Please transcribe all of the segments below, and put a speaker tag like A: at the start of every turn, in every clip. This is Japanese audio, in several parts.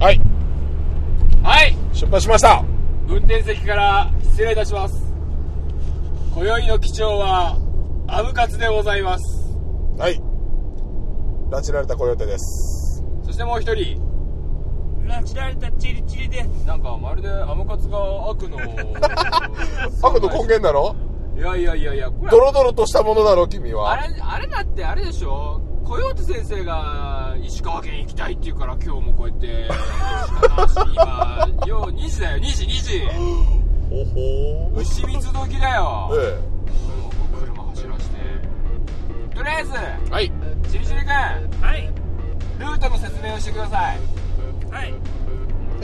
A: はい、
B: はい
A: 出発しました。
B: 運転席から失礼いたします今宵の基調はアムカツでございます
A: はい。拉致られたコヨーテです。
B: そしてもう一人
C: 拉致られたチリチリです
B: なんかまるでアムカツが悪の
A: 悪の根源なの
B: いやいやいやいやこれ
A: ドロドロとしたものだろ、君
B: あ
A: は。
B: れあれだってあれでしょコヨーテ先生が石川県行きたいって言うから今日もこうやって今よう2時だよ2時2
A: おほ
B: 時牛蜜時だよ
A: え
B: 車走らしてとりあえ
A: え。はい。
B: ずちりちりくん
C: はい
B: ルートの説明をしてください
C: はい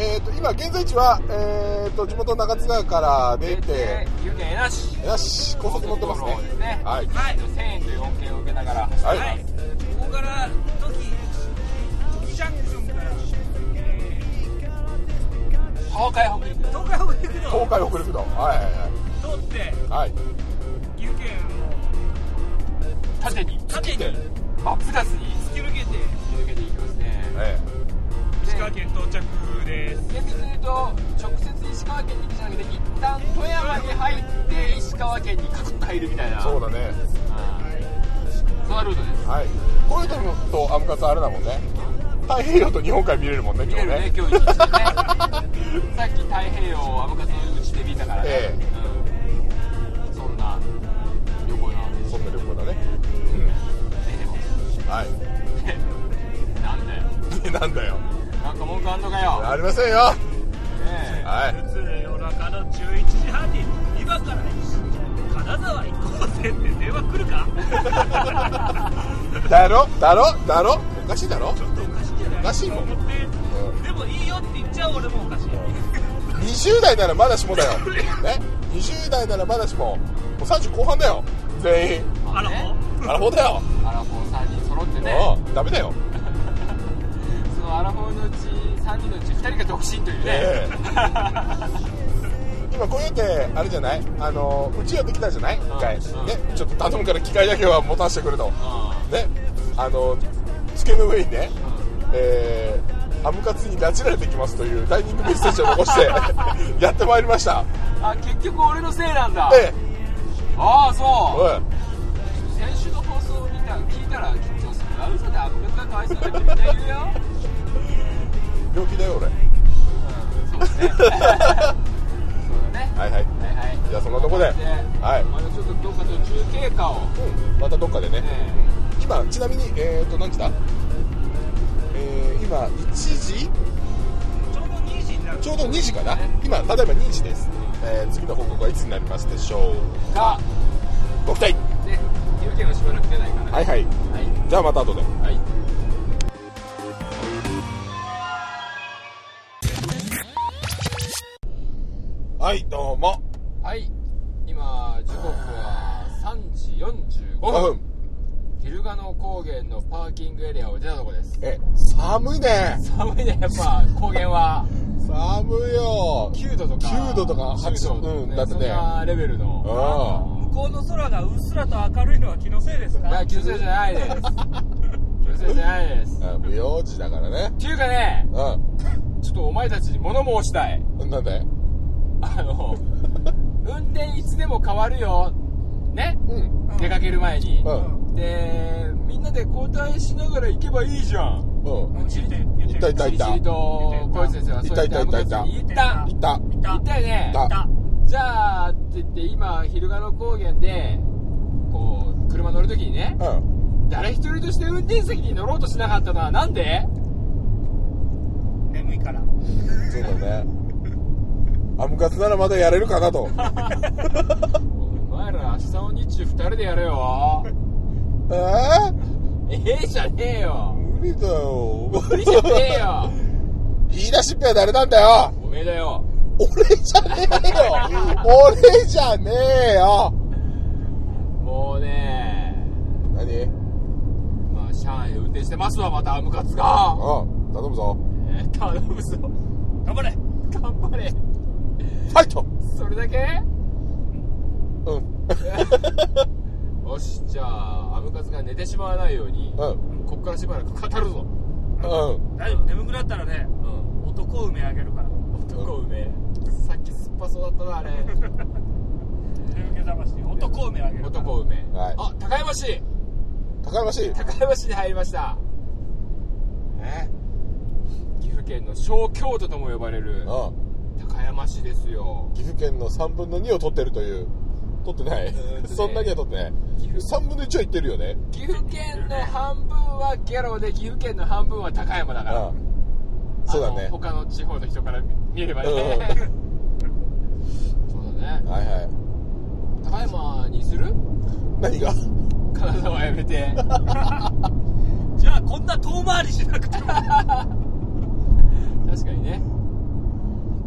A: えっ、と、今、現在地は、えっ、と、地元中津川から出て、
B: 湯気なし
A: よし、高速乗ってます
B: 高速道路で
A: ね。
B: すね
A: はい
B: 1円と4円を受けながら走って
A: は
C: はいいここから時時ジャンクションから
A: 東
B: 東海北陸
C: 東海北陸道
A: 海北陸道。はいは
C: 通って
A: いはい。はい。
C: 岐阜
B: 縦
C: 県
B: に
C: を縦に
A: で
B: 真っ二つに
C: 突き抜けて
B: 抜けていきますね
A: え
C: 石川県到着です
B: 厳密に言うと直接石川県に行くじゃなくて一旦富山に入って石川県にカクッと入るみたい
A: え
B: な
A: そう
B: だ
A: だね。
B: そのルートです
A: はい。こういうのとアムカツあれだもんね。太平洋と日本海見れるもんね、
B: 見
A: 今
B: れ
A: 日
B: る
A: ね。
B: ね今日一日ねさっき太平洋をアムカツのうちで見たからね、
A: え
B: うん、そんな旅行なわけです
A: そんな旅行だね。
B: でも
A: はい。
B: な
A: な
B: んだよ
A: んだよ。
B: なんか文句あんのかよ、
A: ありませんよ。
B: ね
A: はい。
C: 普通夜中の11時半に今から金沢行こうぜって電話来るか
A: だろだろだろおかしいだろ
C: ちょっとおかしいんじゃない
A: おかしいもん
C: と思ってでもいいよって言っちゃう俺もおかしい
A: 20代ならまだしもだよ、ね、20代ならまだしももう30後半だよ全員
B: え
C: あら
B: ね
C: ほ
A: アラフォーだよ、
B: アラフォー3人揃ってね
A: うんダメだよ、
B: そのアラフォーのうち3人のうち2人が独身というね、
A: ええ今こうやってあれじゃないあのうち寄ってきたじゃない一回、ね
B: うん、
A: ちょっと頼むから機械だけは持たせてくれと
B: う
A: ねあの机の上にね、えーアムカツに拉致られてきますというダイニングメッセージを残して やってまいりました
B: んあ結局俺のせいなんだ、
A: ええ
B: ああそう
A: おい
B: 先週の放送を見た聞いたら緊張するあの人でアップルがかわいそうだってみんな言うよ、
A: 病気だよ俺
B: うん、そうですねそうだね
A: はいはい
B: はいはい
A: じゃあそんなとこではい
B: まだちょっとどっか途中経過を
A: うん、またどっかでね、
B: ね
A: 今ちなみにえっ、ー、と何時だえー、今1時
C: ちょうど2時になる
A: ちょうど2時かな今ただいま2時です、えー、次の報告はいつになりますでしょう
B: か
A: ご期待
B: ね有権はしばらく出ないからね
A: はいはい
B: はい
A: じゃあまた後で
B: はい
A: はいどうも
B: はい今時刻は3時45分
A: 5分
B: 昼賀野高原のパーキングエリアを出たとこです
A: え寒いね
B: 寒いねやっぱ高原は
A: 寒いよ
B: 9度とか
A: 9度とか8度
B: 10とか
A: うんだってね
B: そんなレベル
A: う
B: の
A: ん
C: 向こうの空がうっすらと明るいのは気のせいです
B: いや
C: か
B: 気のせいじゃないです気のせいじゃないです
A: あ無用時だからね
B: っていうかね
A: う
B: ちょっとお前たちに物申したい
A: んなんで
B: あの運転いつでも変わるよね
A: うん
B: 出かける前に
A: うん
B: でみんなで交代しながら行けばいいじゃん
A: うん
C: うん言って言って
A: いたいた
B: チリチリと小泉先生はそう言って
A: いたいたいた
B: 行った
A: いた
C: いた
B: 行ったよね
A: 行った
C: た
B: じゃあって言って今昼賀の高原でこう車乗るときにね
A: うん
B: 誰一人として運転席に乗ろうとしなかったのはなんで
C: 眠いから
A: そうだねアムカツならまだやれるかな と
B: お前ら明日の日中二人でや れよ
A: えー、
B: ええじゃねえよ
A: 無理だよ
B: 無理じゃねえよ
A: 言い出しっぺは誰なんだよ
B: おめえだよ
A: 俺じゃねえ よ俺じゃねえよ
B: もうね
A: 何
B: まあ上海で運転してますわまたアムカツが
A: うん頼むぞ
B: えー頼むぞ
C: 頑張れ
B: 頑張れ
A: ファイト
B: それだけ
A: うん
B: よしじゃあアムカツが寝てしまわないように、
A: うん
B: こっからしばらく語るぞ、
A: うん
C: 大丈夫眠くなったらね
B: うん、
C: 男を埋め上げるから
B: 男うめえさっき酸っぱそうだったなあれ
C: 眠気覚まして男を埋め上げるから
B: 男うめえ、
A: はい
B: あ高山市
A: 高山市
B: 高山市に入りましたね岐阜県の小京都とも呼ばれる
A: うん
B: 高山市ですよ
A: 岐阜県の3分の2を取ってるという取ってない、
B: うん
A: そんだけは取ってない
B: 岐阜
A: 3分の1は行ってるよね
B: 岐阜県の半分はギャロで岐阜県の半分は高山だから、
A: うんそうだ
B: あの
A: ね
B: 他の地方の人から見ればね、そうだね
A: はいはい
B: 高山にする
A: 何が
B: 金沢やめて
C: じゃあこんな遠回りしなくても
B: 確かにね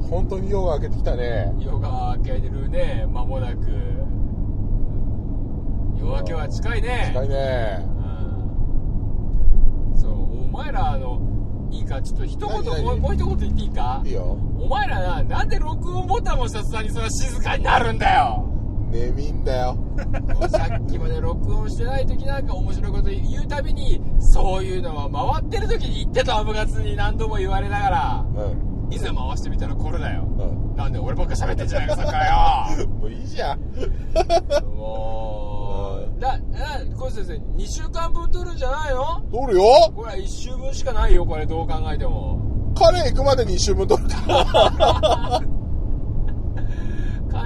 A: 本当に夜が明けてきたね
B: 夜が明けるね間もなく夜明けは近いね
A: 近いね
B: うんそうお前らあのいいかちょっと一言
A: 何何
B: もうもう一言言っていいか
A: いいよ
B: お前らななんで録音ボタンをした途端にそんな静かになるんだよ
A: 眠いんだよ
B: さっきまで録音してない時なんか面白いこと言うたびにそういうのは回ってる時に言ってとアムガツに何度も言われながら
A: うん
B: いざ回してみたらこれだよ
A: うん
B: なんで俺ばっか喋ってんじゃないかさっきか
A: もういいじゃん
B: らよもうなな小石先生2週間分撮るんじゃないの
A: 撮るよ
B: これは1週分しかないよこれどう考えても
A: 彼行くまでに一周分撮るから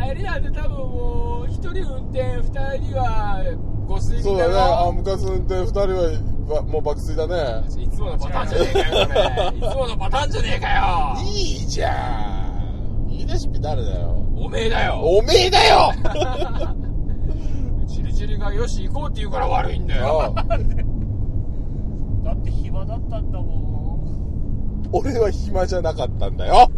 B: 帰りなんて多分もう1人運転2人はご水
A: そ
B: 着
A: う
B: だ
A: だね、ア
B: ろ
A: ムカツ運転2人はばもう爆睡だね。
B: いつものパターンじゃねえかよこれいつものパターンじゃねえかよ
A: いいじゃん。言い出しっぺ誰だよ。
B: おめえだよ
A: おめえだよ
B: チリチリがよし行こうって言うから悪いんだよ
A: ああ
C: だって暇だったんだも
A: 俺は暇じゃなかったんだよ。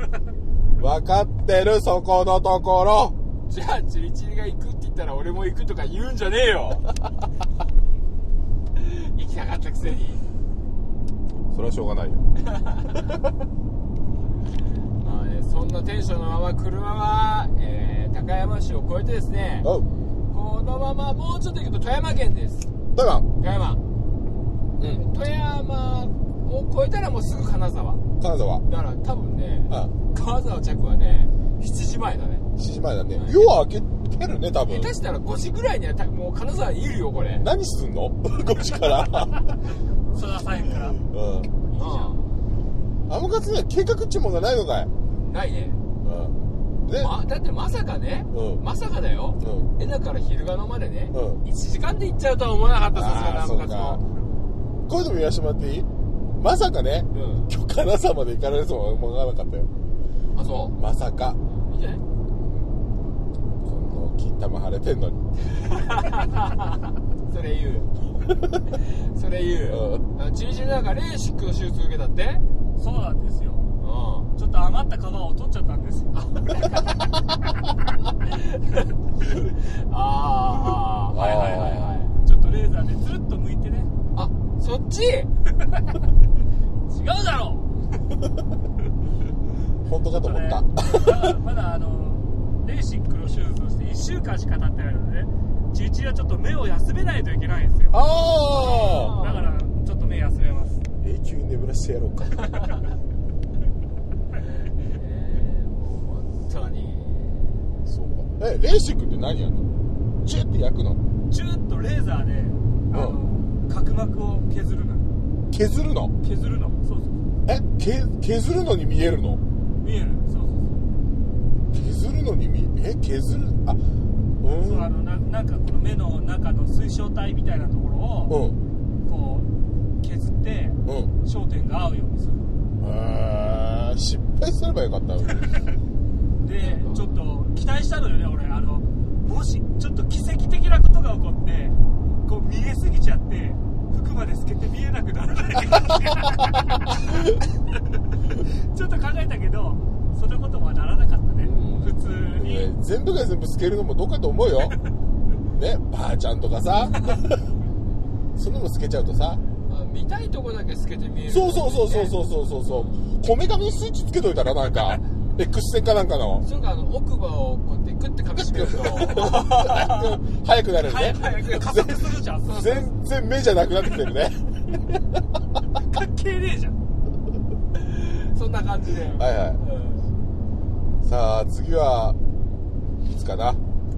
A: 分かってる、そこのところ。
B: じゃあチリチリが行くって言ったら俺も行くとか言うんじゃねえよ行きたかったくせに
A: それはしょうがないよ。
B: まあねそんなテンションのまま車は、えー高山市を越えてですね
A: おう。
B: このままもうちょっと行くと富山県です
A: だが、
B: 富山
A: うん、
B: 富山を越えたらもうすぐ金沢
A: 金沢。
B: だから多分ね
A: あ
B: 金沢着はね7時前だね
A: あ、7時前だね。夜は明けてるね、多分
B: 下。手したら5時ぐらいにはたもう金沢にいるよこれ
A: 何すんの ?5 時から。
C: うその左辺から
A: うん。
B: う
A: アムカツには計画っちゅうものはないのかい
B: んないね、
A: うん。で、
B: ま、だってまさかね、
A: うん
B: まさかだよ、
A: うん。
B: えだから昼がのまでね、
A: うん
B: 1時間で行っちゃうとは思わなかったさすがに
A: あ
B: ア
A: ーそう
B: ムカツ
A: か
B: も
A: こういうのも言わせてもらっていいまさかね
B: うん
A: 今日金沢まで行かれるとは思わなかったよ
B: あそ
A: まさか
B: ういいんじゃない
A: この金玉腫れてんのに
B: それ言 うそれ言う、あチリチリなんかレーシックの手術受けたってう
C: そうなんですよ
B: ん
C: ちょっと余った皮を取っちゃったんですよ
B: あーあーはいはいはいはい
C: ちょっとレーザーでつるっと剥いてね
B: あそっ ち
C: 違うだろ
A: 本当かと思った、
C: ちょっとねまだまだあのレーシックの手術をして1週間しか経ってないのでねチリチリはちょっと目を休めないといけないんですよだ
A: ああ
C: からちょっと目休めます
A: 永久に眠らしてやろうか
B: えーもう本当に
A: そうかえレーシックって何やんのチュッて焼くの
C: チューッとレーザーであの、角膜を削るの
A: 削るの
C: 削るのそうそう
A: えけ削るのに見えるの
C: 見えるそうそう
A: 削るのに見え削るあう
C: そうそうあ
A: ん
C: のななんかこの目の中の水晶体みたいなところを
A: うん
C: こう削って
A: うん
C: 焦点が合うようにする
A: えー、失敗すればよかったのに
C: でちょっと期待したのよね俺あのもしちょっと奇跡的なことが起こってこう見えすぎちゃって服まで透けて見えなくならない かなちょっと考えたけどそんなことはならなかったね
A: うん
C: 普通に、
A: ね全部が全部透けるのもどうかと思うよねばあちゃんとかさ そんなの透けちゃうとさ
B: あ見たいとこだけ透けて見える
A: そうそうそうそうそうそうそうそうこめかみにスイッチつけといたらなんか X 線かなんかの
B: それかあの奥歯をこうやってグッて噛みしめると
A: 早くなるね
C: 早く早く加速するじゃんそうそう
A: 全然目じゃなくなってきてるね
C: 関係ねえじゃん
B: そんな感じで、
A: はいは
B: う、
A: いさあ次はいつかなん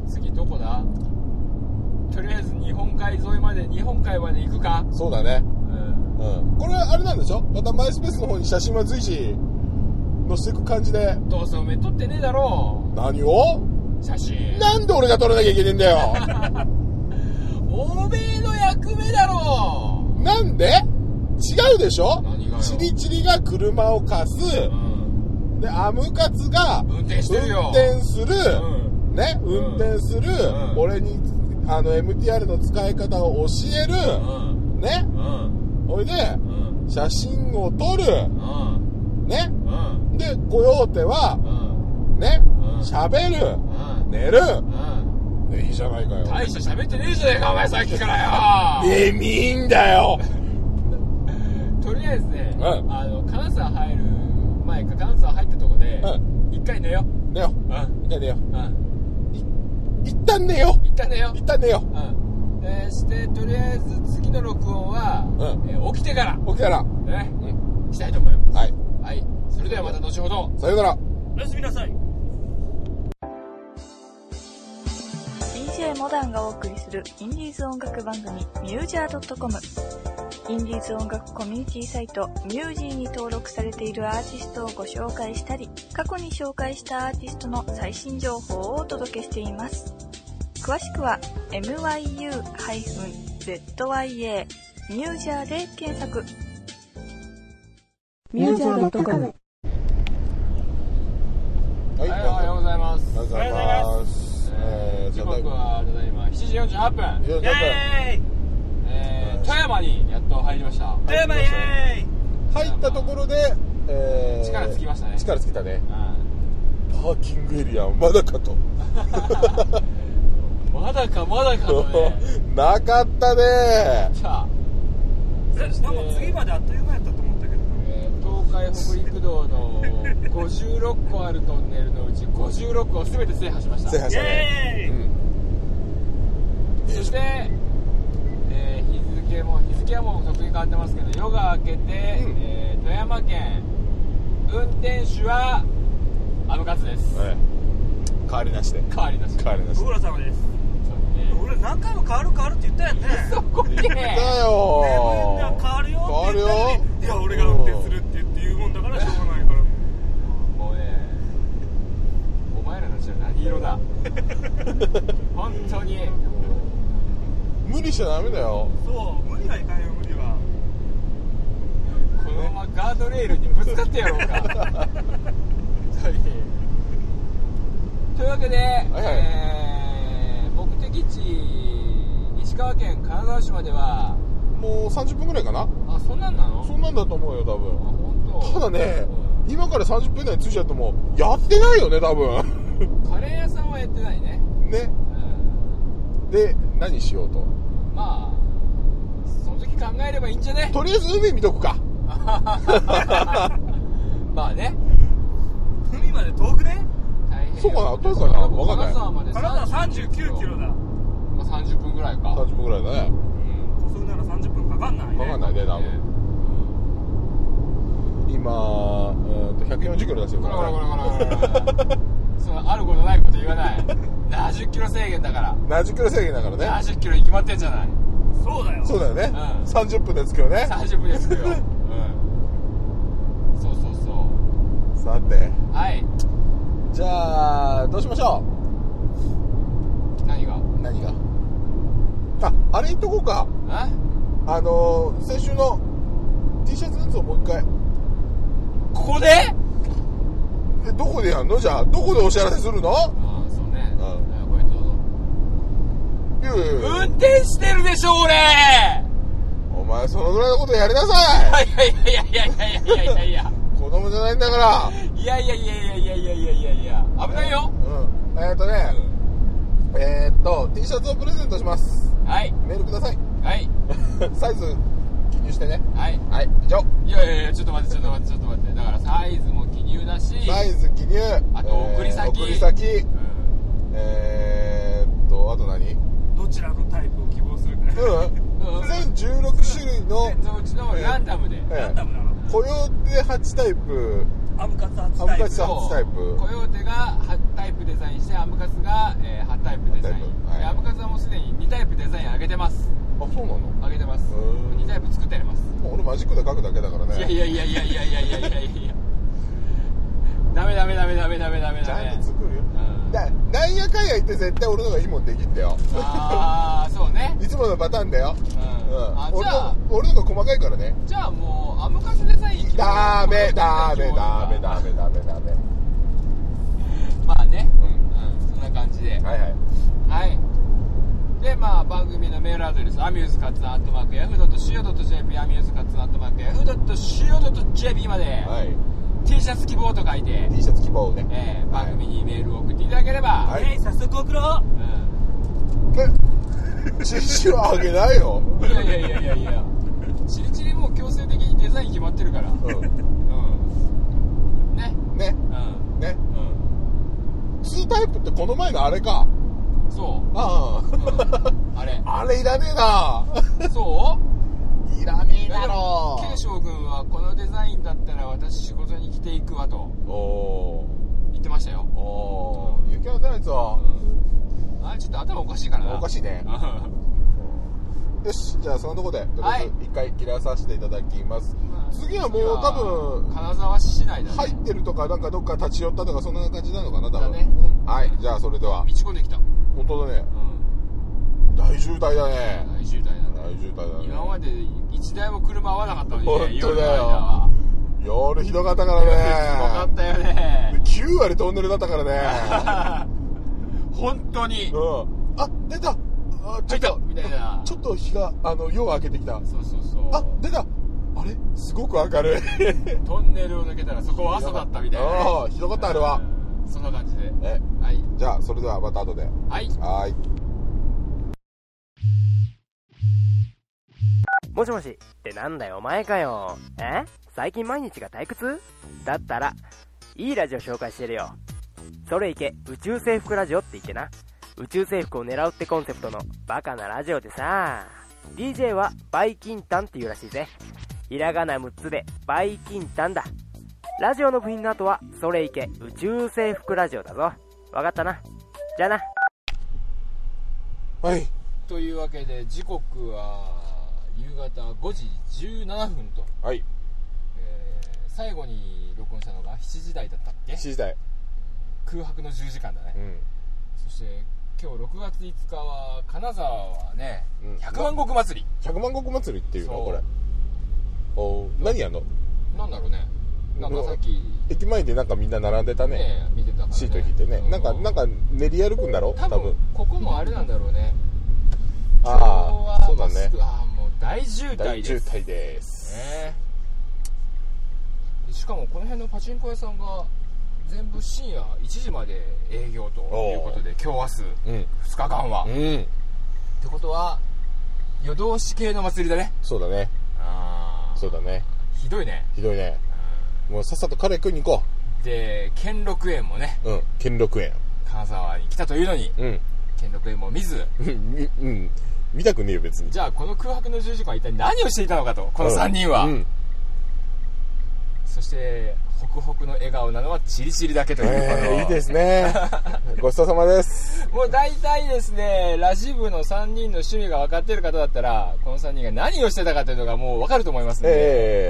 B: 次どこだとりあえず日本海沿いまで日本海まで行くか、
A: そうだね
B: うん、
A: うんこれあれなんでしょまたマイスペースの方に写真は随時載せていく感じで
B: どうせおめえ撮ってねえだろ
A: 何を
B: 写真
A: なんで俺が撮らなきゃいけねえんだよ
B: おめえの役目だろ
A: なんで違うでしょ
B: 何がよ
A: チリチリが車を貸す
B: うん
A: でアムカツが
B: 運転してるよ
A: 運転する、
B: うん
A: ね運転する、
B: ん
A: 俺にあの MTR の使い方を教える、
B: うん
A: ね
B: うん
A: ほいで
B: うん
A: 写真を撮る
B: うん
A: ね
B: うん
A: でコヨーテは
B: うん
A: ね
B: ん
A: 喋る
B: うん
A: 寝る
B: うん
A: でいいじゃないかよ
B: 大して喋ってねえじゃねえかお前さっきからよ
A: えみいいんだよ
B: とりあえずね、
A: うん
B: あの金沢入る前か金沢入ったとこで
A: う
B: 一、回寝よ
A: 寝よ
B: ううん
A: う一回寝よ
B: うん
A: う一旦寝よ
B: 一旦寝よ
A: う一旦寝よ
B: ううんえーしてとりあえず次の録音は、
A: うん
B: えー起きてから
A: う起きたら
B: ね
A: うん
B: したいと思います
A: はい
B: はい、それではまた後ほど
A: さようなら
C: おやすみなさい
D: DJ モダンがお送りするインディーズ音楽番組ミュージア .com インディーズ音楽コミュニティサイトミュージーに登録されているアーティストをご紹介したり過去に紹介したアーティストの最新情報をお届けしています詳しくは myu-zya ミュージアで検索
E: ミュージアムドットコム
A: は
B: はいおはようございます
A: おはようございます
B: え
A: え
B: ー
A: ー
B: 時
A: じゃあ
B: 刻はただいま7時48
A: い、
B: 分
A: や
C: イ
A: じゃあ
C: エーイ
B: えー、富山にやっと入りました
C: 富山イエ
A: 入ったところで、えー
B: 力尽きましたね
A: 力つきたね
B: う
A: パーキングエリアまだ かと、
B: んまだかまだかとね
A: なかったね
B: じゃあ
C: ーイえなんか次まであっという間やったと思ったけど
B: えー東海北陸道の56個あるトンネルのうち56個を全て制覇しました
A: 制覇した
C: イエー
A: ね
C: イ
A: うん
B: そして、えー日付も日付はもう特に変わってますけど夜が明けて、えー富山県運転手はアムカツです、
A: はい変わりなしで
B: 変わりなし
A: 変わりなし
C: ご
A: で
C: 苦労様です
B: ね
C: 俺何回も変わる変わるって言ったやんね
B: そこで
A: だ
C: ね
A: よ
C: え変わるよって言
A: 変わるよ
C: ったのにいや俺が運転するって言って言うもんだからしょうがないから
B: もうねお前らの人は何色 だ本当に
A: 無理しちゃダメだよ
C: そう無理はいかんよ無理は
B: このままガードレールにぶつかってやろうか本当に というわけで、
A: はい
B: えー目的地石川県金沢市までは
A: もう30分ぐらいかな
B: あそんなんなの
A: そんなんだと思うよ
B: あ
A: 多
B: 本
A: 分
B: 当
A: ただね今から30分以内に着いちゃうともうやってないよね多分
B: うんカレー屋さんはやってないね、
A: ね
B: うん、
A: で何しようと
B: まあその時考えればいいんじゃね
A: とりあえず海見とくか
B: まあね
C: 海まで遠くね
B: 大変よ
A: そうかな遠いかなわかんない
B: 金沢まで
C: 金沢39キロだ
B: まあ、30分ぐらいか、
A: 30分ぐらいだね
B: うん
C: 高速なら30分かかんないね
A: わかんないね多
B: ね
A: 分今うんと140キロ出してる
B: こ
A: からら
B: こら
A: ね
B: こらこらこらこらそのあることないこと言わない70キロ制限だから
A: 70キロ制限だからね
B: 70キロに決まってんじゃない
C: そうだよ
A: そうだよね、
B: うん
A: 30分で着くよね
B: 30分です よ、うん、そうそうそ
A: さて
B: うはい
A: じゃあどうしましょ
B: 何がん
A: う何がああれ言っとこうかあのー先週の T シャツのやつをもう一回
B: ここで
A: えどこでやんのじゃあどこでお知らせするの
B: ああそうね
A: うん
B: あこれどうぞ
A: いやいやいや
B: 運転してるでしょ俺
A: お前そのぐらいのことやりなさい
B: いやいやいやいやいやいやいや
A: 子供じゃないんだから
B: いやいやいやいやいやいやいやいや危ないよ、
A: うんえーっとね、えーっと T シャツをプレゼントします
B: はい
A: メールく ださい
B: はい
A: サイズ記入してね
B: はい
A: はい以上
B: いやいやいやちょっと待ってちょっと待ってちょっと待ってだからサイズも記入乳だし、
A: 大好きに
B: あと送り先
A: 送り先
B: うん
A: えー、っとあと何
C: どちらのタイプを希望するか
A: うん全16種類の
B: 全然うちのランダムで、
A: え
C: ランダムなの
A: 雇用で8タイプ
C: アムカツ初
A: アム
C: タイ
A: カ
C: プ
A: ツ8タイプ
B: コヨーテが8タイプデザインしてアムカツが、えー8タイプデザイン
A: 8タイプはい
B: でアムカツはもうすでに2タイプデザイン上げてます
A: あそうなのも
B: 上げてます
A: へー
B: 2タイプ作ってあります、
A: う俺マジックで書くだけだからね
B: いやいやいやいやいやいやいやいやいやダメダメダメダメダメダメ
A: ち
B: ダ
A: ゃ
B: メ
A: んと作るよ
B: うん
A: だなんやかんや言って絶対俺の方がいいもんできんだよ
B: ああそうね
A: いつものパターンだよ、
B: うん
A: うん、
B: あじ
A: 俺
B: ゃあ
A: の俺の方が細かいからね
B: じゃあもうアムカツデザイン
A: ダメダメダメダメダメダメ
B: まあね
A: う
B: うん、そんな感じで
A: はいはい
B: はい。で、まあ、番組のメールアドレス、アミューズカツアットマーク、ヤフー .co.jp、アミューズカツアットマーク、ヤフー .co.jp まで、
A: はい、
B: T シャツ希望と書いて、
A: T シャツ希望ね、
B: えー番組にメールを送っていただければ、
A: はい
C: えい早速送ろう
B: う
A: えチシはあげないよ、
B: ん、いやいやいやいやいや、チリチリもう強制的にデザイン決まってるから、う。
A: うん
B: ね。
A: ん、ね
B: うん。
A: ね
B: うん。
A: 2タイプってこの前のあれか
B: そ
A: あ
B: う。
A: あ、。
B: うん、あれ
A: あれいらねえな
B: そう
A: いらねえ
B: いや
A: だ
B: でも
A: ろ
B: 慶翔君はこのデザインだったら私仕事に着ていくわと
A: おお
B: 言ってましたよ、
A: ーおー雪はないぞ、
B: うん、あれちょっと頭おかしいかな
A: おかしいね
B: うん
A: よしじゃあそのとこでとりあえず一回切らさせていただきます、
B: まあ
A: 次はもう多分
B: 金沢市内だね、
A: 入ってるとかなんかどっか立ち寄ったとかそんな感じなのかな多分
B: だね
A: うんはいじゃあそれでは
B: 道込んできた、う
A: 本当だね
B: ん、
A: 大渋滞だね
B: 大渋滞だね
A: 大渋滞だね
B: 今まで一台も車合わなかったのにね
A: 本当だよ
B: 夜の間は
A: 夜ひどかったか
B: 分からっ
A: ね
B: たよね
A: 9割トンネルだったからね
B: 本当に
A: うんあ出たあちょっ
B: 入った
A: と
B: みたいな
A: ちょっと日があの夜が明けてきた
B: そうそうそう
A: あ出たあれすごく明 るい
B: トンネルを抜けたらそこは朝だったみたいなね
A: ああひどかったあれは
B: うんそんな感じで
A: え
B: はい
A: じゃあそれではまた後で
B: はい
A: はーい
E: もしもしってなんだよお前かよえ最近毎日が退屈だったらいいラジオ紹介してるよそれいけ宇宙制服ラジオって言ってな宇宙制服を狙うってコンセプトのバカなラジオでさ DJ はバイキンタンっていうらしいぜひらがな6つでバイキンタンだラジオの部品の後はそれいけ宇宙制服ラジオだぞわかったなじゃあな
A: はい
B: というわけで時刻は夕方5時17分と、
A: はい
B: えー最後に録音したのが7時台だったっけ
A: 7時台
B: 空白の10時間だね、
A: ん
B: そして今日6月5日は金沢はね、
A: うん
B: 百万石祭
A: 100万石祭りっていうの
B: そう
A: これおー何やんの
B: りなんだろうねなんかさっき
A: 駅前でなんかみんな並んでた
B: ね
A: ね
B: 見てたから、ね、
A: シート引いてねなんかなんか練り歩くんだろ
B: 多
A: 多
B: 分
A: 分
B: ここもあれなんだろうね
A: ああそうだね
B: ああもう大渋滞
A: 大
B: です
A: 渋滞です
B: ねしかもこの辺のパチンコ屋さんが全部深夜1時まで営業ということで今日
A: う
B: 明
A: ん
B: 日2日間は、っ
A: うん
B: てことは夜通し系の祭りだね
A: そうだね
B: あ
A: そうだね
B: ひどいね
A: ひどいねもうさっさと彼君に行こ
B: で兼六園もね
A: ううん兼六園
B: 金沢に来たというのに
A: うん
B: 兼六園も見ず
A: うんみうん見たくねえよ別に
B: じゃあこの空白の10時間は一体何をしていたのかとこの3人は、
A: うん
B: そしてホクホクの笑顔なのはチリチリだけという、
A: え
B: こ
A: ー
B: の
A: いいです ねごちそうさまです
B: もう大体ですね、ラジ部の3人の趣味が分かっている方だったら、この3人が何をしてたかというのがもう分かると思いますので、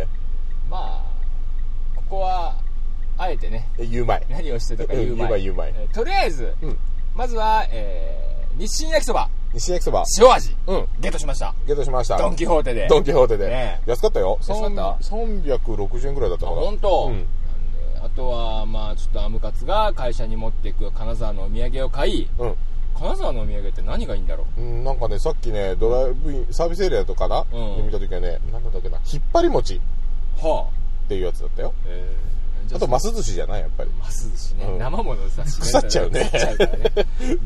A: え
B: まあ、ここは、あえてね、
A: ー、ゆうまい
B: 何をしてたか
A: うん
B: 言う
A: 言う
B: 前に
A: 前言う前
B: えーとりあえず、
A: うん
B: まずは、えー、日清焼きそば、
A: 西焼きそば
B: 塩味、
A: うん
B: ゲットしました。
A: ゲットしました
B: ドン・キホーテで。
A: ドン・キホーテで、
B: ね
A: 安かったよ
B: 安かった
A: 三360円ぐらいだったかな
B: 本当、
A: うん
B: なんであとは、まあ、ちょっとアムカツが会社に持っていく金沢のお土産を買い、
A: うん
B: 金沢のお土産って何がいいんだろう
A: うん、なんかねさっきねドライブインサービスエリアとかな、
B: うん
A: で見た時はねなんだったっけな引っ張り餅っ
B: はあ
A: ていうやつだったよ
B: えー
A: あと、ます寿司じゃないやっぱり。
B: ます寿司ね、
A: うん
B: 生ものさ
A: 腐っちゃうね
B: 腐っちゃうからね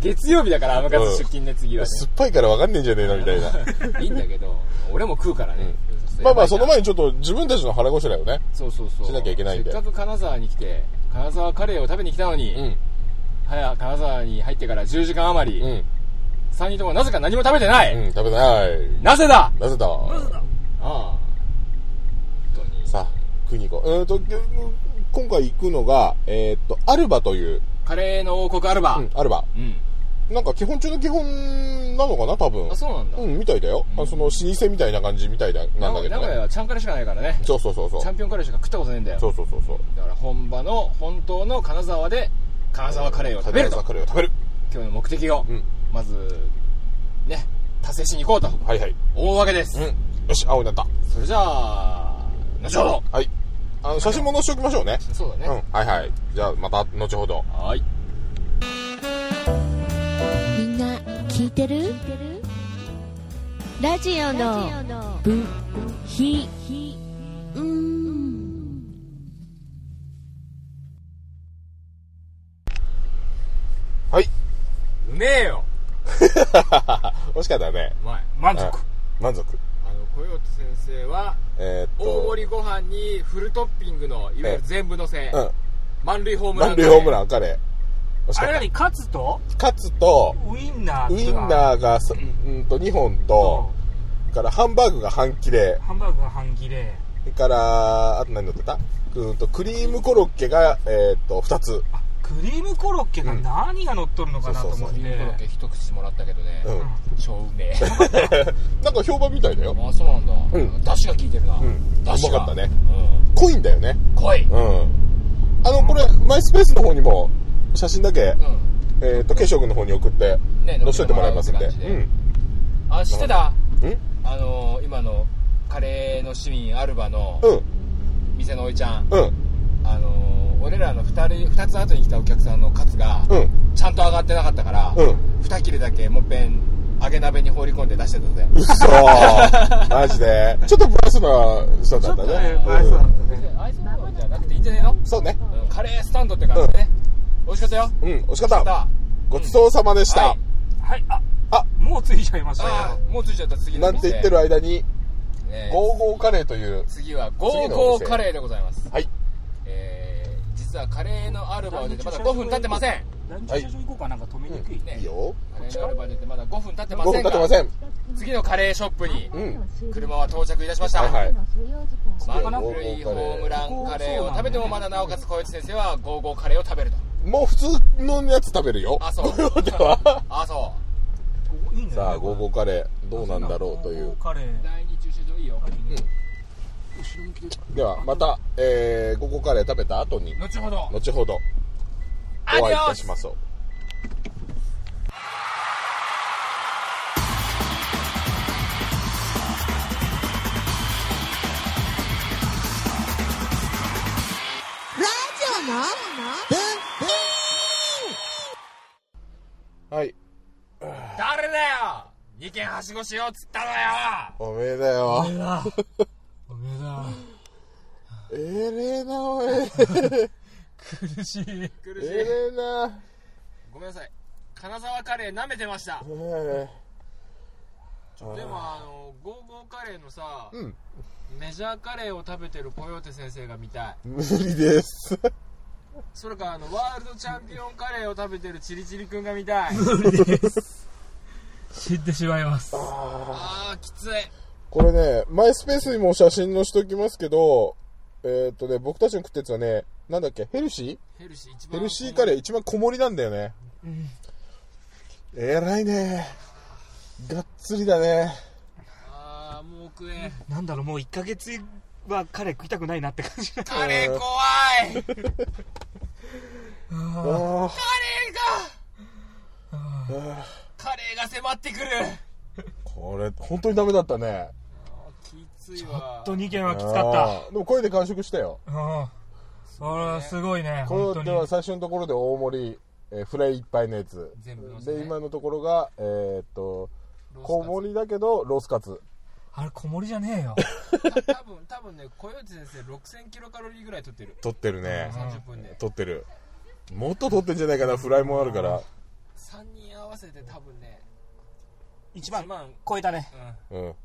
B: 月曜日だから甘か
A: うん
B: つ出勤ね次はね
A: 酸っぱいからわかんねえんじゃねえのみ たいな。
B: いいんだけど俺も食うからね、
A: まあまあ、その前
B: に
A: にちょっと自分たちの腹ごしらえをね。
B: そうそうそう
A: しなきゃいけないんで
B: せっかく金沢に来て金沢カレーを食べに来たのに、
A: うん。
B: 早金沢に入ってから10時間余り、
A: うん。
B: 3人ともなぜか何も食べてない、
A: うん、食べない。
B: なぜだ
A: なぜだ
C: まずだ
B: ああ本当に
A: さあ、食いに行こう。えっと、ぎゅ今回行くのが、えっと、アルバという、
B: カレーの王国アルバ
A: うん、アルバ。
B: うん、
A: なんか基本中の基本なのかな、多分
B: あ。そうなんだ、
A: うん、みたいだよ。あその、老舗みたいな感じみたいだなんだけ
B: 名
A: ど
B: 古屋
A: ね。
B: はチャンカレしかないからね
A: そうそうそうそう。
B: チャンピオンカレーしか食ったことないんだよ
A: そうそうそうそう。
B: だから本場の本当の金沢で金沢カレーを食べると
A: カレーを食べる。
B: 今日の目的を、
A: うん
B: まずね達成しに行こうと
A: はいはい。
B: 思うわけです、
A: うん。よし、青になった。
B: それじゃあ後ほど
A: はい。あの、写真も載せておきましょうね。
B: そうだ
A: うん。は
B: ね、
A: いはい。じゃあ、また、後ほ ど。
B: はい
F: みんな聞いてるラジオの部ひうん
A: はい。
B: うめえよ
A: 惜しかったね。
B: うまい
C: 満足
A: 満足。
B: あの小ヨ先生は
A: えーっと。
B: 大盛りご飯にフルトッピングのいわゆる全部のせ、
A: うん。
B: 満塁ホームラン
A: 満塁ホーム
B: ン
A: ラン、カレー。惜し
C: あ
A: か
C: れ
A: っ
C: 何カツと
A: た。カツと、
C: ウインナーと
A: ウインナーがさ、うんと、2本と、から、ハンバーグが半切れ。
C: ハンバーグが半切れ
A: から、あと何乗ってたうーんと、クリームコロッケが、えーっと、2つ。
C: あクリームコロッケが何が乗っとるのかなと思って、
A: そう
B: クリームコロッケ一口もらったけどね、
A: うん。
B: 超うめえ
A: なんか評判みたいだよ。
B: あそうなんだ、
A: ん
B: 出汁が効いてるな、
A: うん
B: 出汁が
A: うまかったね
B: う
A: 濃いんだよね。
B: ん、濃い、
A: うん。あの、これ、マイスペースの方にも、写真だけ、
B: うん、
A: えっと、ケイショウ君の方に送って、
B: ね
A: 載せてもらいますんで。
B: 載せても
A: う
B: らうっ
A: ん
B: て。あ知ってた
A: うん
B: あの今のカレーの市民アルバの
A: うん。
B: 店のおいちゃん、
A: うん。
B: あの俺らの2人二つ後に来たお客さんのカツが、
A: うん。
B: ちゃんと上がってなかったから、
A: うん
B: 2切れだけもっぺん揚げ鍋に放り込んで出してたぜ
A: うっそー。マジで。ちょっとプラスな人だったね。
C: あれそうだ
A: うん
C: ったね
B: アイスラーメンじゃなくていいんじゃねえの、
A: そうね。
B: うんカレースタンドって感じでね、美味しかったよ
A: うん、惜しかっ
B: ま
A: た
B: た。
A: ごちそうさまでし
B: は
A: た
B: い。
C: はいあ
A: あ
C: もうついちゃいました
B: あ
C: よ
B: ーもうついちゃった次
A: な
B: の
A: んて言ってる間に、
B: ね
A: ゴーゴーカレーという、
B: 次はゴーゴーカレーでございます
A: はい。
B: えー、実はカレーのアルバを出てまだ5分経ってません
C: 団地駐車場行こうかなんか止めにくい、
B: ね
A: いいよ。
B: カレーのアルバ出てまだ5分経ってま
A: 5
B: せ
A: 分
B: ん
A: 経っ
B: が
A: てません。
B: 次のカレーショップに
A: うん。
B: 車は到着いたしました、
A: はいはい。
B: 満塁ホームランカレーを食べてもまだなおかつ小内先生はゴーゴーカレーを食べると
A: もう普通のやつ食べるよ。
B: あそう
A: ゴーゴーで は。
B: あそ
C: いいね
A: さあ、ゴーゴーカレー、どうなんだろうという
C: ゴーゴ。ーカレー
B: う第二駐車場いいよ
A: では、また、えー、ゴーゴーカレー食べた後に、
B: 後ほど
A: 後ほど、お会いいたしましょう。
F: ラジオの
A: はい。
B: 誰だよ二軒はしごしようっつったのよ
A: おめえだよ。
C: おめ えだ
A: エレナ、おえ、
C: 苦しい
B: 苦しい
A: エレナ。
B: ごめんなさい金沢カレー舐めてました
A: え
B: でもあのゴーゴーカレーのさ、
A: ん
B: メジャーカレーを食べてるコヨーテ先生が見たい
A: ー無理です。
B: それかあのワールドチャンピオンカレーを食べてるチリチリくんが見たい
C: 知ってしまいます
B: あーきつい
A: これね、マイスペースにも写真載せておきますけど、えっ、とね、僕たちの食ったやつはね、なんだっけ、ヘルシ
B: ヘルシー一
A: ーヘ
B: 番
A: ルシーカレー一番小盛りなんだよね。えらいね。がっつりだね。
B: あーもう食えん
C: なんだろうもう1ヶ月はカレー食いたくないなって感じ
B: カレー怖いカレー
A: ああ、
B: がカレーが迫ってくる
A: これ、本当にダメだったね。
B: きついわ
C: と2軒はきつ
A: あ
C: か
A: ーでも声で完食したよ。
C: ったうんそれはすごいね
A: こ
C: 本
A: れ
C: 当
A: で
C: に
A: は最初のところで大盛り、えーフライいっぱいのやつ。
B: 全部のせね
A: で、今のところが、えーっと、
B: ロースカツ
A: 小盛りだけど、ロースカツ。
C: あれ子守じゃねえよ
B: た多分多分ね小内先生6000キロカロリーぐらい取ってる
A: 撮ってるね
B: 30分で
A: 撮ってるもっと撮ってんじゃないかなフライもあるから
B: 3人合わせて多分ね
G: 一
B: 1
G: 番
B: 万
G: 超えたね
B: うん
A: うん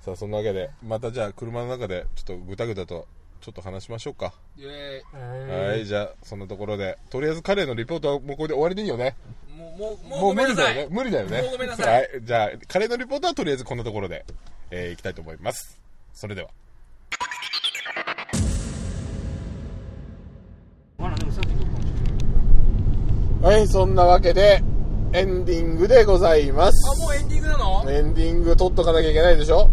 A: さあそんなわけでまたじゃあ車の中でちょっとぐたぐたとちょっと話しましょうか、
B: いやいや
A: はいじゃあそんなところでとりあえず彼のリポートはもうこれで終わりでいいよね
B: もうもうもう
A: もう
B: ごめ
A: 無
B: んな
A: 理だ
B: さ
A: よ
B: い
A: ね無理だよね
B: もうごめんなさ
A: は
B: い
A: いじゃあ彼のリポートはとりあえずこんなところで、えー、いきたいと思いますそれでは
G: ほらでもさっきのかもしれ
A: はいそんなわけでエンディングでございます
B: あもうエンディングなの
A: エンディング撮っとかなきゃいけないでしょ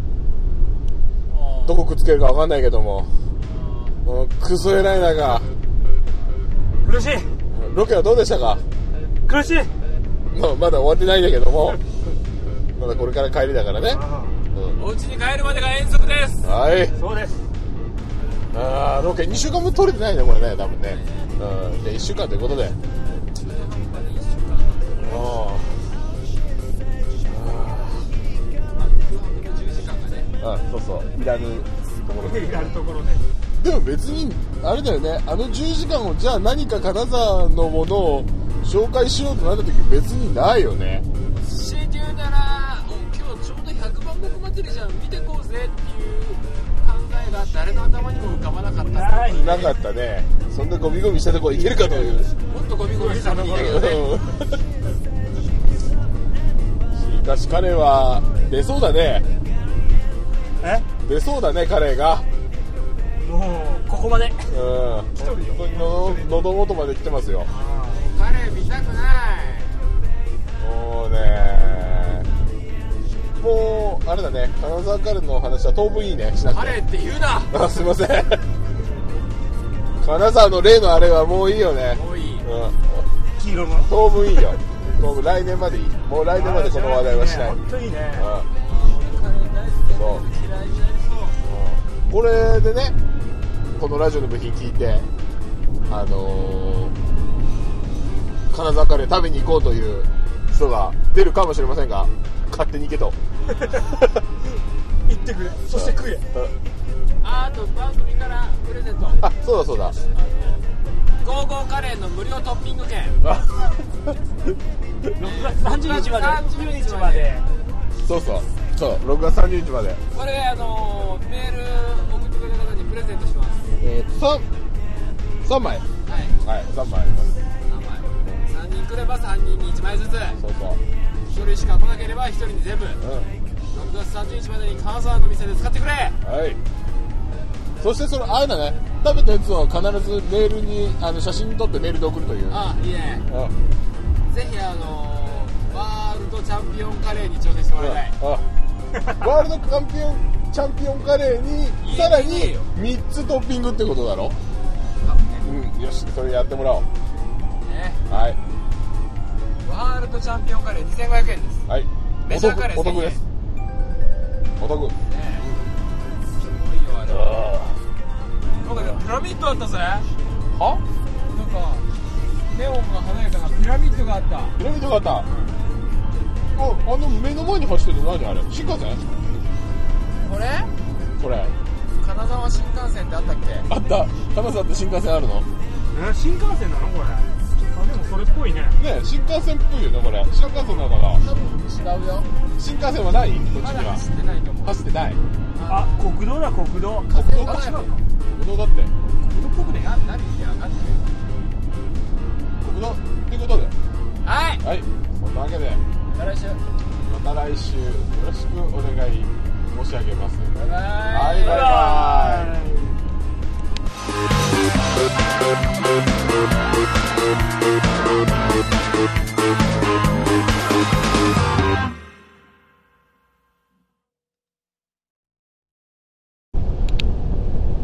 B: あー
A: どこくっつけるか分かんないけどもこのクソ偉い中
G: ない苦しい
A: ロケはどうでしたか、
G: 苦しい
A: まあ、まだ終わってないんだけどもまだこれから帰りだからね、うん
B: お家に帰るまでが遠足です
A: はい
G: そうです
A: あーロケ2週間も撮れてないねこれね多分ね、うん、で1週間ということであ
B: 10時間がね
A: ーあそうそういらぬところで
C: やるところで
A: でも別にあれだよねあの10時間をじゃあ何か金沢のものを紹介しようとなった時別にないよね
B: 強いて言うならお今日ちょうど100万石祭りじゃん見てこうぜっていう考えが誰の頭にも浮かばなかった
G: はい
A: なかったねそんなゴミゴミしたところ行けるかという
B: もっとゴミゴミしたのにいいんだけど ね
A: しかし彼は出そうだね
G: え
A: 出そうだね彼が
G: もうここまで
A: うんの喉元まで来てますよ
B: 彼見たくない
A: もうねもうあれだね金沢カレーの話は当分いいねしなく
B: 彼
A: て
B: って言うな
A: あすいません金沢の例のあれはもういいよね
B: もういい
A: うん
G: 黄色の
A: 当分いいよ当分来年までいいもう来年までこの話題はしない
G: 本当いいね
A: うん
B: 彼大好きだけど
A: そう
B: 嫌いになりそう
A: これでねこのラジオの部品聞いてあのー、金沢カレー食べに行こうという人が出るかもしれませんが勝手に行けと
G: 行ってくれそして食え
B: ああと番組からプレゼント
A: あそうだそうだ
B: ゴーゴーカレーの無料トッピング券
A: あ
G: 6月30日まで
B: 30
G: 30
B: 日
G: 日
B: ま
G: ま
B: で
G: で
A: そうそうそう6月30日まで、
B: これあのーメール送ってくれた方にプレゼントします
A: えー、3, 3枚
B: はい
A: はい3枚あります
B: 3枚3人来れば3人に1枚ずつ
A: そうそう
B: 1人しか来なければ1人に全部6
A: う
B: 月30日までに金沢の店で使ってくれ
A: んはいそしてそのあれだね食べたやつを必ずメールにあの写真撮ってメールで送るという
B: あいいね
A: あ
B: ぜひあのーワールドチャンピオンカレーに挑戦してもらいたい
A: あワールドカンピオンチャンピオンカレーにさらに3つトッピングってことだろうんよしそれやってもらおう
B: ね
A: はい
B: ワールドチャンピオンカレー2500円です
A: はい
B: メジャーカレー
A: お得お得ですお得
B: ねすごいよあれ
A: あ
B: なんかねピラミッドあったぜはなんかネオンが華やかなピラミッドがあった
A: ーピラミッドがあったおあの目の前に走ってるの何あれ新幹線
B: これ
A: これ
B: 金沢新幹線ってあったっけ
A: あった金沢って新幹線あるのね
C: え新幹線なのこれあでもそれっぽいね
A: え新幹線っぽいよねこれ新幹線なのかな
B: 多分違うよ
A: 新幹線はないこっちに
B: まだ
A: は
B: 走ってないと思う
A: 走ってない
C: あ国道だ国道
A: 国道
B: あ
A: か
B: 違う
A: 国道だって
C: 国道っぽくね
B: な何って分かんない
A: 国道ってことで
B: はい
A: はい、そんなわけで、
B: 来週
A: また来週よろしくお願い申し上げます。
B: バイバ
A: は
B: イ
A: い、バイバイ。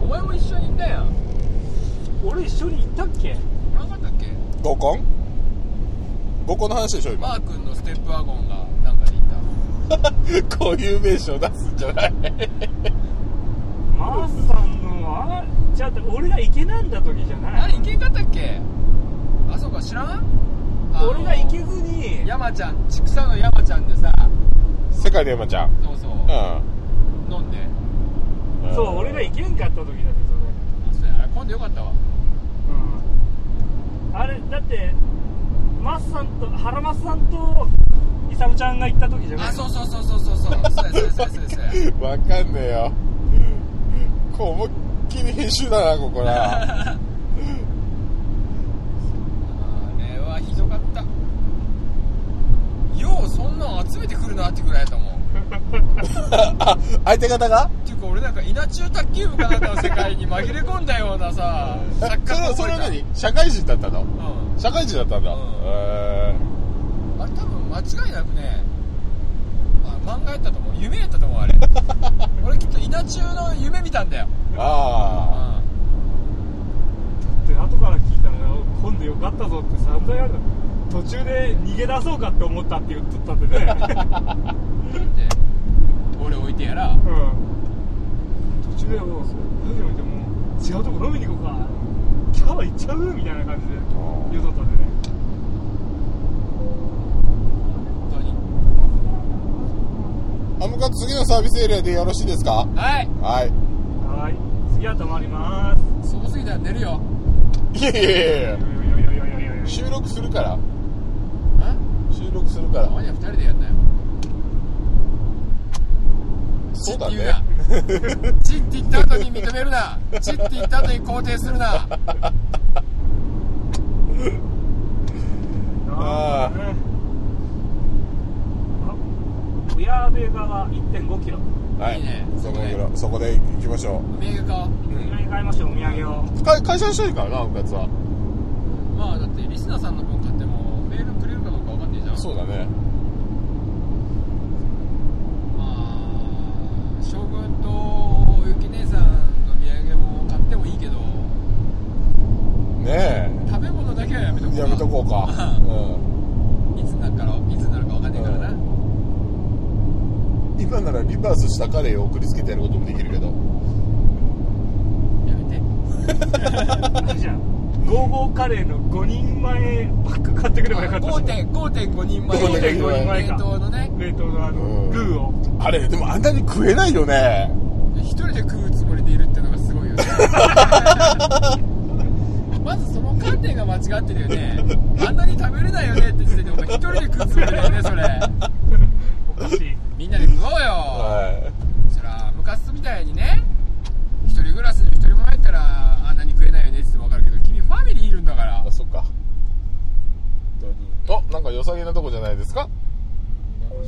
B: お前も一緒にいたやん
C: 俺一緒に行ったっけ
B: なかったっけ
A: 合コン合コンの話でしょ、今。
B: マー君のステップワゴンがなんかでいた
A: こういう名称出すんじゃない
C: マーさんのあじゃあ俺が池なんだ時じゃ
B: あ
C: な
B: れ
C: い
B: 行けんかったっけあそうか知らんあの
C: 俺が行けずに
B: 山ちゃん畜産の山ちゃんでさ
A: 世界の山ちゃん。うん。
B: そうそう飲んで
A: うん
C: そう俺が行けんかった時だってそれ
B: あそうやあれ今度よかったわ
C: あれだってマスさんと原マスさんとイサムちゃんが行った時じゃない
B: あそうそうそうそうそうそうそうやそうやそうやそうやそう や
A: わかんねえよ。こう思いっきり編集だな、ここな。
B: あれはひどかったようそんなん集めてくるなってぐらいやったもんっ
A: あ、 相手方が
B: ていうか俺なんか稲中卓球部かなんかの世界に紛れ込んだようなさ
A: え
B: 錯覚
A: それ
B: を
A: そ
B: 覚
A: れ
B: え
A: は
B: た
A: 何社会人だったの
B: う
A: 社会人だったんだ。
B: うん
A: へ
B: んあれ多分間違いなくねあ漫画やったと思う夢やったと思う あれ俺きっと稲中の夢見たんだよ、
A: えあ
C: って後から聞いたら今度よかったぞって散々やる途中で逃げ出そうかって思ったって言っとったんでね、
B: うんで俺置いてやら
C: うん、途中でもうラジオ見てもう違うとこ飲みに行こうか今日は行っちゃうみたいな感じで言うとったんでね
B: 本当に
A: あ。あ、向かって次のサービスエリアでよろしいですか
B: はい
A: はい。
C: はーい次は止まります
B: すごすぎたら寝るよ
A: いやいやいやいや
C: いやいやいやいやいやいや
A: 収録するから。
B: ん
A: 収録するか
B: たま
A: ら。
B: には2人でやんなよ
A: そうだ
B: って言う
A: ね
B: な。チって言った後に認めるなチって言った後に肯定するな
A: あ
C: あ
A: ー
C: あ小矢部川1.5キロ
A: はい。
B: いいね
A: そこで行くのそこで行きましょ
B: お土産買おう
A: う。うん。
C: 買いましょうお土産 を
A: 会会社したいからな、部活は。
B: まあだってリスナーさんの分買ってもメールくれるかどうか分かんねえじゃん
A: そうだね。
B: まあ将軍とおゆき姉さんの土産も買ってもいいけど
A: ね
B: 食べ物だけはやめとこう
A: え。や
B: か
A: めとこ うか。うん。
B: いつになるからいつになるか分かんねえからな、
A: う今ならリバースしたカレーを送りつけてやることもできるけど。
B: やめて
C: いいじゃんゴーゴーカレーの5人前パック買ってくればよかったし
B: 5.5 5.5人前
A: 5.5人
C: 前
B: 冷
C: か
B: 凍のね
C: 冷凍のあ
A: うん
C: のルーを
A: あれ、でもあんなに食えないよね。
B: 一人で食うつもりでいるってのがすごいよ ねまずその観点が間違ってるよねあんなに食べれないよねって時点でお前一人で食うつもりだよねそれ
C: おかしい
B: みんなで食おうよ、
A: は
B: そら昔みたいにね一人暮らしの一人も入ったらあんなに食えないよねって言っても分かるけど君ファミリーいるんだから
A: い。あ、そっか。本当に。あ、なんか良さげなとこじゃないですか。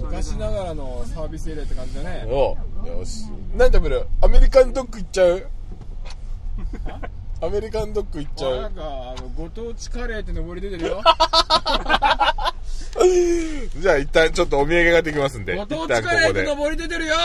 B: 昔ながらのサービスエリアって感じだね
A: おうよし。何食べるアメリカンドッグいっちゃ うアメリカンドッグいっちゃ
B: あなん
A: う。
B: かあのご当地カレーって上り出て るよ
A: じゃあ一旦ちょっとお土産ができますんで。
B: ご当
A: 一
B: 地
A: 旦こ
B: カレー
A: こ
B: って
A: で。
B: 上り出てるよ